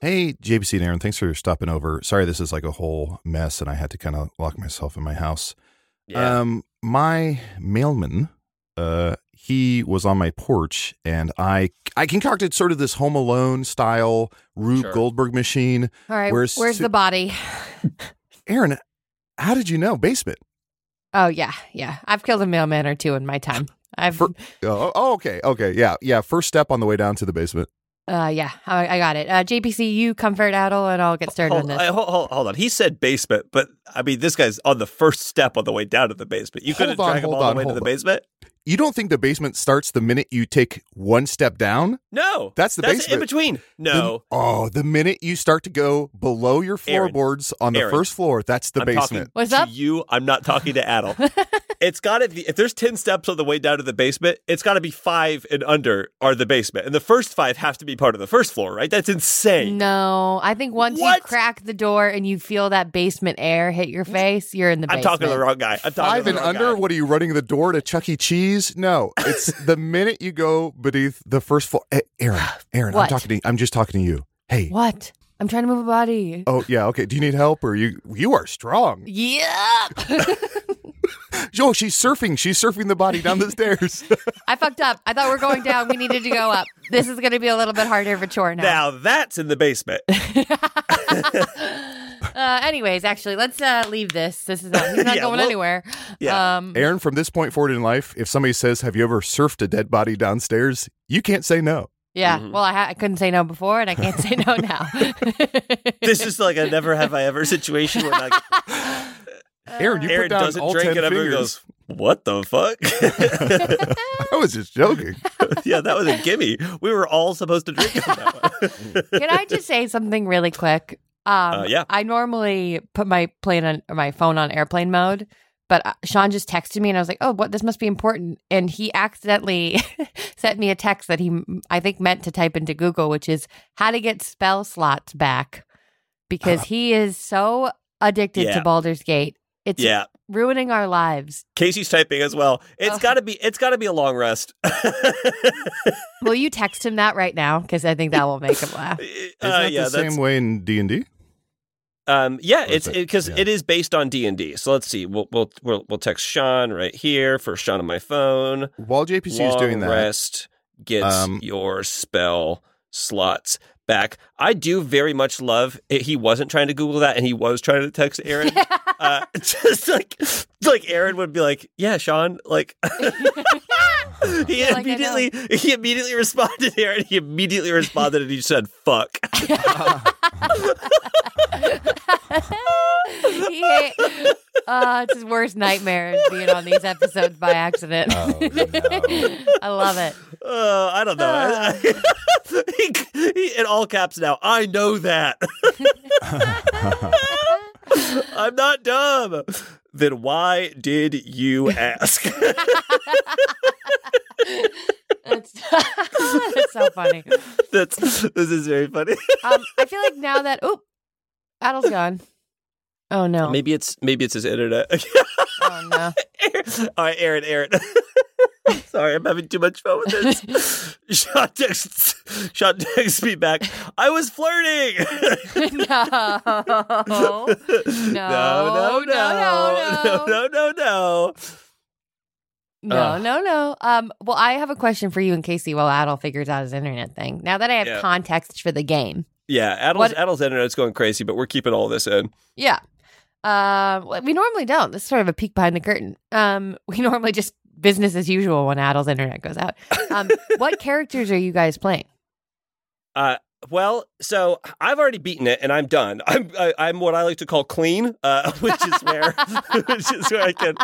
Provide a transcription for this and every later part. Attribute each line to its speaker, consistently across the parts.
Speaker 1: Hey, JBC and Aaron, thanks for stopping over. Sorry, this is like a whole mess, and I had to kind of lock myself in my house.
Speaker 2: Yeah.
Speaker 1: Um, my mailman, uh, he was on my porch, and I I concocted sort of this Home Alone style Rube
Speaker 2: Sure.
Speaker 1: Goldberg machine.
Speaker 3: All right.
Speaker 1: Where's
Speaker 3: Where's,
Speaker 1: Su-
Speaker 3: the body?
Speaker 1: Aaron, how did you know basement?
Speaker 3: Oh yeah, yeah. I've killed a mailman or two in my time. I've
Speaker 1: For- Oh, oh, okay, okay, yeah, yeah. First step on the way down to the basement.
Speaker 3: uh yeah, I, I got it. Uh JPC, you comfort Adel and I'll get started on
Speaker 2: Hold,
Speaker 3: this.
Speaker 2: Oh, I- hold, hold- hold on. He said basement, but I mean, this guy's on the first step on the way down to the basement. You
Speaker 1: Hold
Speaker 2: couldn't
Speaker 1: on,
Speaker 2: drag him
Speaker 1: hold on,
Speaker 2: all the way to
Speaker 1: hold
Speaker 2: the
Speaker 1: on.
Speaker 2: basement?
Speaker 1: You don't think the basement starts the minute you take one step down?
Speaker 2: No.
Speaker 1: That's the
Speaker 2: in
Speaker 1: basement.
Speaker 2: between.
Speaker 1: The-
Speaker 2: No.
Speaker 1: oh, the minute you start to go below your
Speaker 2: Aaron.
Speaker 1: floorboards on the
Speaker 2: Aaron.
Speaker 1: first floor, that's the
Speaker 2: I'm
Speaker 1: basement.
Speaker 2: Talking
Speaker 3: What's
Speaker 2: to
Speaker 3: up?
Speaker 2: you, I'm not talking to Adel. it's got to be if there's ten steps on the way down to the basement, it's got to be five and under are the basement, and the first five have to be part of the first floor, right? That's insane.
Speaker 3: no, I think once you
Speaker 2: What?
Speaker 3: crack the door and you feel that basement air hit your face, you're in the
Speaker 2: I'm
Speaker 3: basement.
Speaker 2: talking to the wrong guy. I'm talking
Speaker 1: Five
Speaker 2: to
Speaker 1: and
Speaker 2: the wrong
Speaker 1: under?
Speaker 2: guy.
Speaker 1: What are you running the door to Chuck E. Cheese? No, it's the minute you go beneath the first floor. Eh, Aaron,
Speaker 2: Ah,
Speaker 1: Aaron, I'm
Speaker 3: What?
Speaker 1: talking to. I'm just talking to you. Hey.
Speaker 3: What? I'm trying to move a body.
Speaker 1: Oh yeah. Okay. Do you need help or you? You are strong.
Speaker 3: Yep.
Speaker 1: Yo, she's surfing. She's surfing the body down the stairs.
Speaker 3: I fucked up. I thought we are going down. We needed to go up. This is going to be a little bit harder of a chore now.
Speaker 2: Now that's in the basement.
Speaker 3: Uh, anyways, actually, let's uh, leave this. This is not, he's not
Speaker 2: Yeah,
Speaker 3: going
Speaker 2: well-
Speaker 3: anywhere.
Speaker 2: Yeah.
Speaker 3: Um,
Speaker 1: Aaron, from this point forward in life, if somebody says, "Have you ever surfed a dead body downstairs?" You can't say no.
Speaker 3: yeah.
Speaker 2: Mm-hmm.
Speaker 3: Well, I, ha- I couldn't say no before, and I can't say no now.
Speaker 2: this is like a never have I ever situation where like
Speaker 1: Aaron,
Speaker 3: Uh,
Speaker 1: you
Speaker 2: Aaron
Speaker 1: put down
Speaker 2: doesn't
Speaker 1: all
Speaker 2: drink
Speaker 1: 10
Speaker 2: and everyone
Speaker 1: fingers.
Speaker 2: goes, "What the fuck?"
Speaker 1: I was just joking.
Speaker 2: yeah, that was a gimme. We were all supposed to drink on that one.
Speaker 3: Can I just say something really quick? Um,
Speaker 2: Uh, yeah.
Speaker 3: I normally put my plane on or my phone on airplane mode, but uh, Sean just texted me, and I was like, "Oh, what? This must be important." And he accidentally sent me a text that he, m- I think, meant to type into Google, which is how to get spell slots back, because he is so addicted
Speaker 2: Uh-huh. Yeah.
Speaker 3: to Baldur's Gate. It's
Speaker 2: Yeah.
Speaker 3: ruining our lives.
Speaker 2: Casey's typing as well. It's
Speaker 3: Oh.
Speaker 2: gotta be it's gotta be a long rest. Uh,
Speaker 3: Will you text him that right now? Because I think that will make him laugh.
Speaker 1: Isn't
Speaker 2: Uh,
Speaker 1: that
Speaker 2: yeah,
Speaker 1: the
Speaker 2: that's-
Speaker 1: same way in D and D?
Speaker 2: um, yeah,
Speaker 1: Or is
Speaker 2: it's
Speaker 1: it-
Speaker 2: because
Speaker 1: yeah.
Speaker 2: it is based on D and D. So let's see. We'll we'll we'll, we'll text Sean right here. First Sean on my phone.
Speaker 1: While JPC is
Speaker 2: Long
Speaker 1: doing that,
Speaker 2: rest gets
Speaker 1: Um,
Speaker 2: your spell slots back. I do very much love. It. He wasn't trying to Google that, and he was trying to text Aaron. uh, just like like Aaron would be like, "Yeah, Sean." Like he
Speaker 3: I know.
Speaker 2: immediately he immediately responded here, and he immediately responded, and he said, "Fuck."
Speaker 3: he hate, uh, it's his worst nightmare is being on these episodes by accident. I love it.
Speaker 2: Uh, I don't know. I-
Speaker 3: Uh.
Speaker 2: I- he, he, in all caps now. I know that. I'm not dumb. Then why did you ask?
Speaker 3: It's, it's so funny.
Speaker 2: That's this is very funny.
Speaker 3: Um, I feel like now that oop, Adel's gone. Oh no!
Speaker 2: Maybe it's maybe it's his internet.
Speaker 3: Oh no!
Speaker 2: all right, Aaron, Aaron. I'm sorry, I'm having too much fun with this. Shot texts, shot texts me back. I was flirting.
Speaker 3: no!
Speaker 2: Oh? no, no,
Speaker 3: no, no,
Speaker 2: no,
Speaker 3: no.
Speaker 2: no, no, no.
Speaker 3: No!
Speaker 2: Ugh.
Speaker 3: No! No! Um. Well, I have a question for you and Casey while Adel figures out his internet thing. Now that I have
Speaker 2: Yeah.
Speaker 3: context for the game,
Speaker 2: Yeah, Adel's,
Speaker 3: What-
Speaker 2: Adel's internet's going crazy, but we're keeping all this in.
Speaker 3: Yeah. Um, well, we normally don't. This is sort of a peek behind the curtain. Um, we normally just business as usual when Adel's internet goes out. Um, what characters are you guys playing?
Speaker 2: Uh, Well, so I've already beaten it, and I'm done. I'm I, I'm what I like to call clean, uh, which is where which is where I can.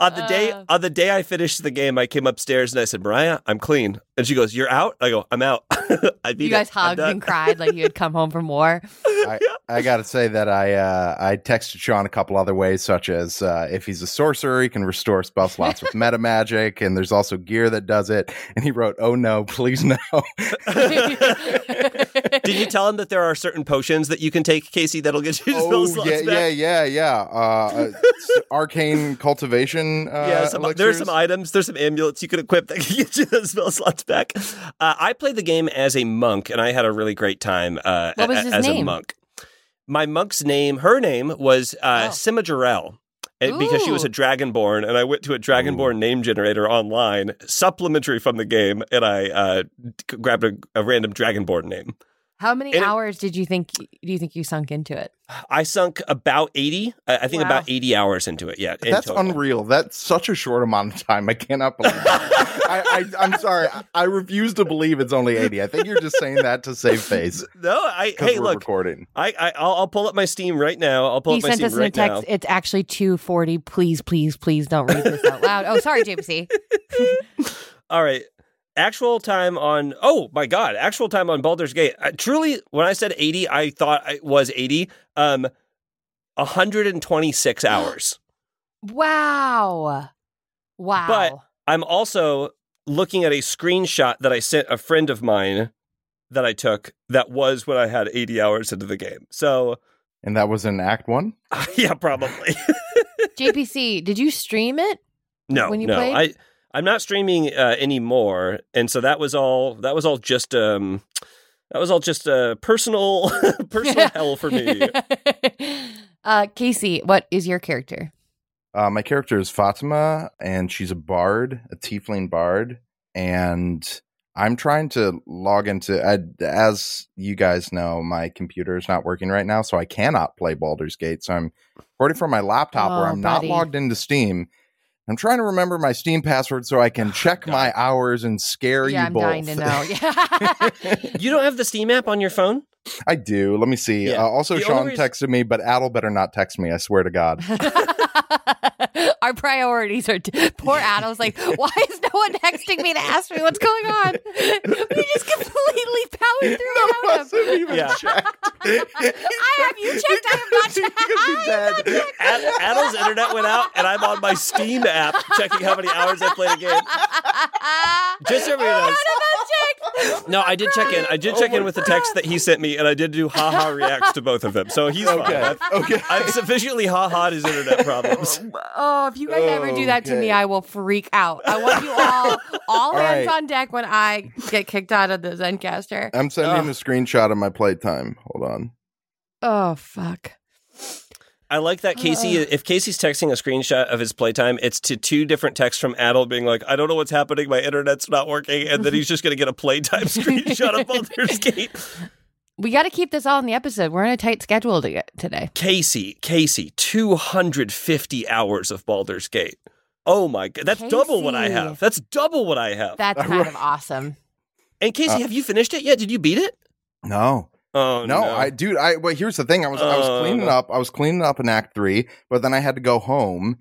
Speaker 2: On the day
Speaker 3: Uh.
Speaker 2: on the day I finished the game, I came upstairs and I said, "Mariah, I'm clean," and she goes, "You're out." I go, "I'm out." I beat
Speaker 3: you guys
Speaker 2: it. I'm
Speaker 3: hugged
Speaker 2: done.
Speaker 3: and cried like you had come home from war.
Speaker 4: I, I gotta say that I uh, I texted Sean a couple other ways, such as uh, if he's a sorcerer, he can restore spell slots with meta magic, and there's also gear that does it. And he wrote, "Oh no, please no."
Speaker 2: Did you tell him that there are certain potions that you can take, Casey, that'll get you spell
Speaker 4: oh
Speaker 2: slots
Speaker 4: yeah,
Speaker 2: back?
Speaker 4: yeah, yeah, yeah. Uh, uh, s- arcane cultivation. Uh,
Speaker 2: Yeah, some, there's
Speaker 4: elixirs.
Speaker 2: some items, there's some amulets you can equip that can get you those spell slots back. Uh, I played the game as a monk, and I had a really great time uh,
Speaker 3: What was
Speaker 2: a-
Speaker 3: his
Speaker 2: as a
Speaker 3: name?
Speaker 2: monk. My monk's name, her name was uh,
Speaker 3: Oh.
Speaker 2: Sima Jarrell, and because she was a
Speaker 3: Ooh.
Speaker 2: dragonborn, and I went to a dragonborn name generator online, supplementary from the game, and I uh, g- grabbed a, a random dragonborn name.
Speaker 3: How many
Speaker 2: And it-
Speaker 3: hours did you think do you think you sunk into it?
Speaker 2: I sunk about 80, I, I think
Speaker 3: Wow.
Speaker 2: about 80 hours into it, yeah. in
Speaker 4: That's
Speaker 2: total.
Speaker 4: unreal. That's such a short amount of time. I cannot believe. It. I, I, I'm sorry. I, I refuse to believe it's only 80. I think you're just saying that to save face
Speaker 2: No, I,
Speaker 4: because
Speaker 2: hey,
Speaker 4: we're
Speaker 2: look,
Speaker 4: recording.
Speaker 2: I, I I'll, I'll pull up my Steam right now. I'll pull
Speaker 3: he
Speaker 2: up my
Speaker 3: sent
Speaker 2: Steam
Speaker 3: us in a
Speaker 2: right
Speaker 3: text.
Speaker 2: now.
Speaker 3: It's actually two forty. Please, please, please don't read this out loud. Oh, sorry, JPC.
Speaker 2: All right. Actual time on oh my god, actual time on Baldur's Gate. I, truly, when I said eighty, I thought it was eighty. Um, hundred and twenty six hours.
Speaker 3: Wow, wow.
Speaker 2: But- I'm also looking at a screenshot that I sent a friend of mine that I took. That was when I had eighty hours into the game. So
Speaker 4: And that was in Act One.
Speaker 2: yeah, probably
Speaker 3: JPC, did you stream it?
Speaker 2: no,
Speaker 3: When you
Speaker 2: no.
Speaker 3: played?
Speaker 2: I I'm not streaming uh, anymore, and so that was all. That was all just um. That was all just uh, personal, personal hell for me.
Speaker 3: uh, Casey, what is your character?
Speaker 4: Uh, my character is Fatima, and she's a bard, a tiefling bard, and I'm trying to log into. I, as you guys know, my computer is not working right now, so I cannot play Baldur's Gate. So I'm recording from my laptop, where
Speaker 3: Oh,
Speaker 4: I'm
Speaker 3: buddy.
Speaker 4: not logged into Steam. I'm trying to remember my Steam password so I can check
Speaker 2: God.
Speaker 4: my hours and scare
Speaker 3: Oh, yeah,
Speaker 4: you
Speaker 3: I'm
Speaker 4: both.
Speaker 3: dying to know. Yeah.
Speaker 2: You don't have the Steam app on your phone?
Speaker 4: I do. Let me see.
Speaker 2: Yeah.
Speaker 4: Uh, also,
Speaker 2: The
Speaker 4: Sean
Speaker 2: only reason-
Speaker 4: texted me, but Adel better not text me. I swear to God.
Speaker 3: Oh, Our priorities are t- poor Adam's like, why is no one texting me to ask me what's going on? We just completely powered through
Speaker 4: That
Speaker 3: without him.
Speaker 4: wasn't even
Speaker 2: Yeah.
Speaker 4: checked.
Speaker 3: I have you checked. I have not checked. I have not checked.
Speaker 2: Ad- Adam's internet went out, and I'm on my Steam app checking how many hours I played a game. Just so everybody knows. Oh
Speaker 3: Adam unchecked.
Speaker 2: No, I did check in. I did check in with the text that he sent me, and I did do haha reacts to both of them. So he's fine.
Speaker 4: Okay.
Speaker 2: I've,
Speaker 4: Okay.
Speaker 2: I've sufficiently haha his internet problems.
Speaker 3: Oh, if you guys ever do that to
Speaker 4: Okay.
Speaker 3: me, I will freak out. I want you all, all, hands
Speaker 4: right. Uh,
Speaker 3: on deck when I get kicked out of the Zencaster.
Speaker 4: I'm sending
Speaker 2: Ugh.
Speaker 4: a screenshot of my playtime. Hold on.
Speaker 3: Oh fuck.
Speaker 2: I like that Casey. If Casey's texting a screenshot of his playtime, it's to two different texts from Adel being like, "I don't know what's happening. My internet's not working," and then he's just going to get a playtime screenshot of Baldur's Gate.
Speaker 3: We got to keep this all in the episode. We're on a tight schedule to get today.
Speaker 2: Casey, Casey, 250 hours of Baldur's Gate. Oh my god, that's double what I
Speaker 3: Casey.
Speaker 2: have. That's double what I have.
Speaker 3: That's kind of awesome.
Speaker 2: and Casey,
Speaker 4: Uh,
Speaker 2: have you finished it yet? Did you beat it?
Speaker 4: No,
Speaker 2: Oh
Speaker 4: no, I, dude, I. Well, here's the thing. I was, I
Speaker 2: Oh,
Speaker 4: was cleaning
Speaker 2: no.
Speaker 4: up. I was cleaning up in Act Three, but then I had to go home.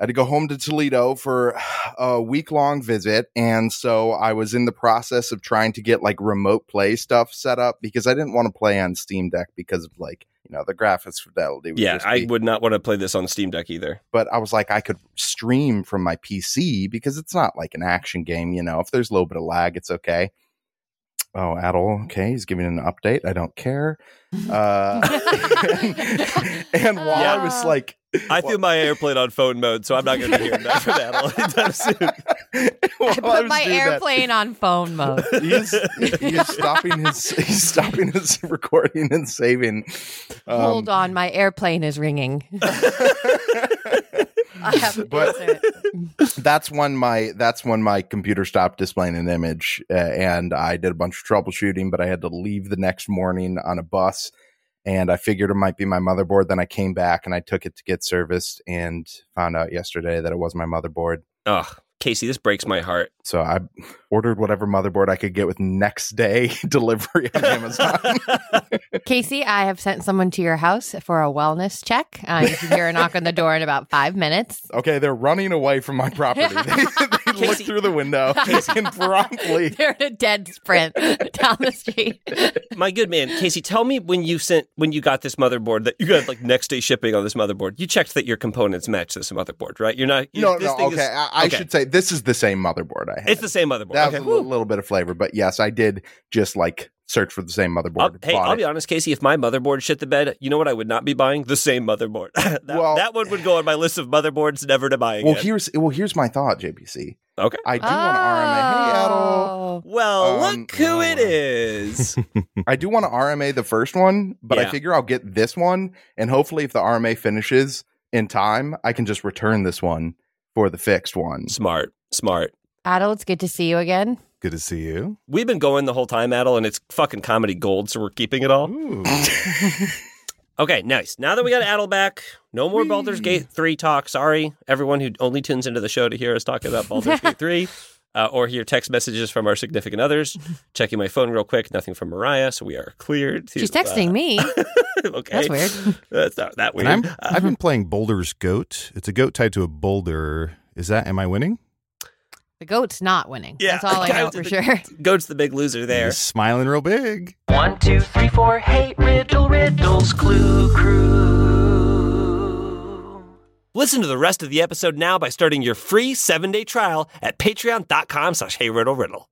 Speaker 4: I had to go home to Toledo for a week long visit, and so I was in the process of trying to get like remote play stuff set up because I didn't want to play on Steam Deck because of like you know the graphics fidelity. Would
Speaker 2: yeah,
Speaker 4: just
Speaker 2: I
Speaker 4: be-
Speaker 2: would not want to play this on Steam Deck either.
Speaker 4: but I was like, I could stream from my PC because it's not like an action game, you know. If there's a little bit of lag, it's okay. Oh, Adel, okay, he's giving an update. I don't care. Uh, and, while I was
Speaker 3: Uh.
Speaker 4: like,
Speaker 2: I threw my airplane on phone mode, so I'm not going to be hearing that from Adel anytime soon.
Speaker 4: while
Speaker 3: I put
Speaker 4: was
Speaker 3: my
Speaker 4: doing that,
Speaker 3: airplane on phone mode.
Speaker 4: He's, he's stopping his he's stopping his recording and saving. Um,
Speaker 3: Hold on, my airplane is ringing. I have to
Speaker 4: But-
Speaker 3: answer it.
Speaker 4: that's when my that's when my computer stopped displaying an image uh, and i did a bunch of troubleshooting but i had to leave the next morning on a bus and i figured it might be my motherboard then i came back and i took it to get serviced and found out yesterday that it was my motherboard
Speaker 2: Oh, Casey, this breaks my heart.
Speaker 4: So I ordered whatever motherboard I could get with next day delivery on Amazon.
Speaker 3: Casey, I have sent someone to your house for a wellness check. Uh, you should hear a knock on the door in about five minutes.
Speaker 4: okay, they're running away from my property. they they look
Speaker 2: Casey-
Speaker 4: through the window and promptly.
Speaker 3: They're in a dead sprint down the street.
Speaker 2: my good man, Casey, tell me when you sent when you got this motherboard that you got like next day shipping on this motherboard. You checked that your components match this motherboard, right? You're not you,
Speaker 4: No,
Speaker 2: this
Speaker 4: no,
Speaker 2: thing
Speaker 4: okay.
Speaker 2: is-
Speaker 4: I, I
Speaker 2: okay.
Speaker 4: should say this is the same motherboard I had.
Speaker 2: It's the same motherboard.
Speaker 4: That
Speaker 2: Okay.
Speaker 4: was a little, little bit of flavor, but yes, I did just like search for the same
Speaker 2: I'll-
Speaker 4: motherboard.
Speaker 2: hey,
Speaker 4: bought
Speaker 2: I'll
Speaker 4: it.
Speaker 2: be honest, Casey. If my motherboard shit the bed, you know what I would not be buying? The same motherboard. that,
Speaker 4: Well-
Speaker 2: that one would go on my list of motherboards never to buy again.
Speaker 4: Well, here's well, here's my thought, JPC.
Speaker 2: Okay.
Speaker 4: I do want to RMA. Hey,
Speaker 1: Oh.
Speaker 4: Adel.
Speaker 3: Oh.
Speaker 2: Well,
Speaker 4: Um,
Speaker 2: look who
Speaker 4: oh,
Speaker 2: it
Speaker 4: wow.
Speaker 2: is.
Speaker 4: I do want to RMA the first one, but
Speaker 2: Yeah.
Speaker 4: I figure I'll get this one, and hopefully, if the RMA finishes in time, I can just return this one for the fixed one.
Speaker 2: smart, smart.
Speaker 3: Adel, it's good to see you again.
Speaker 1: Good to see you.
Speaker 2: We've been going the whole time, Adel, and it's fucking comedy gold, so we're keeping it all.
Speaker 1: Ooh.
Speaker 2: Okay, nice. Now that we got Adel back, no more Baldur's Gate 3 talk. Sorry, everyone who only tunes into the show to hear us talking about Baldur's Gate 3 uh, or hear text messages from our significant others. Checking my phone real quick, nothing from Mariah, so we are cleared. to,
Speaker 3: She's texting
Speaker 2: uh,
Speaker 3: me.
Speaker 2: okay.
Speaker 3: That's weird.
Speaker 2: That's not that weird.
Speaker 1: And I'm, I've been playing Boulder's Goat. It's a goat tied to a boulder. Is that, am I winning?
Speaker 3: The goat's not winning.
Speaker 2: Yeah,
Speaker 3: That's all I know
Speaker 2: guys,
Speaker 3: for
Speaker 2: the-
Speaker 3: sure.
Speaker 2: Goat's the big loser there.
Speaker 1: He's smiling real big.
Speaker 5: One, two, three, four, hate riddle, riddles, clue, crew.
Speaker 2: Listen to the rest of the episode now by starting your free seven-day trial at patreon.com slash heyriddleriddle.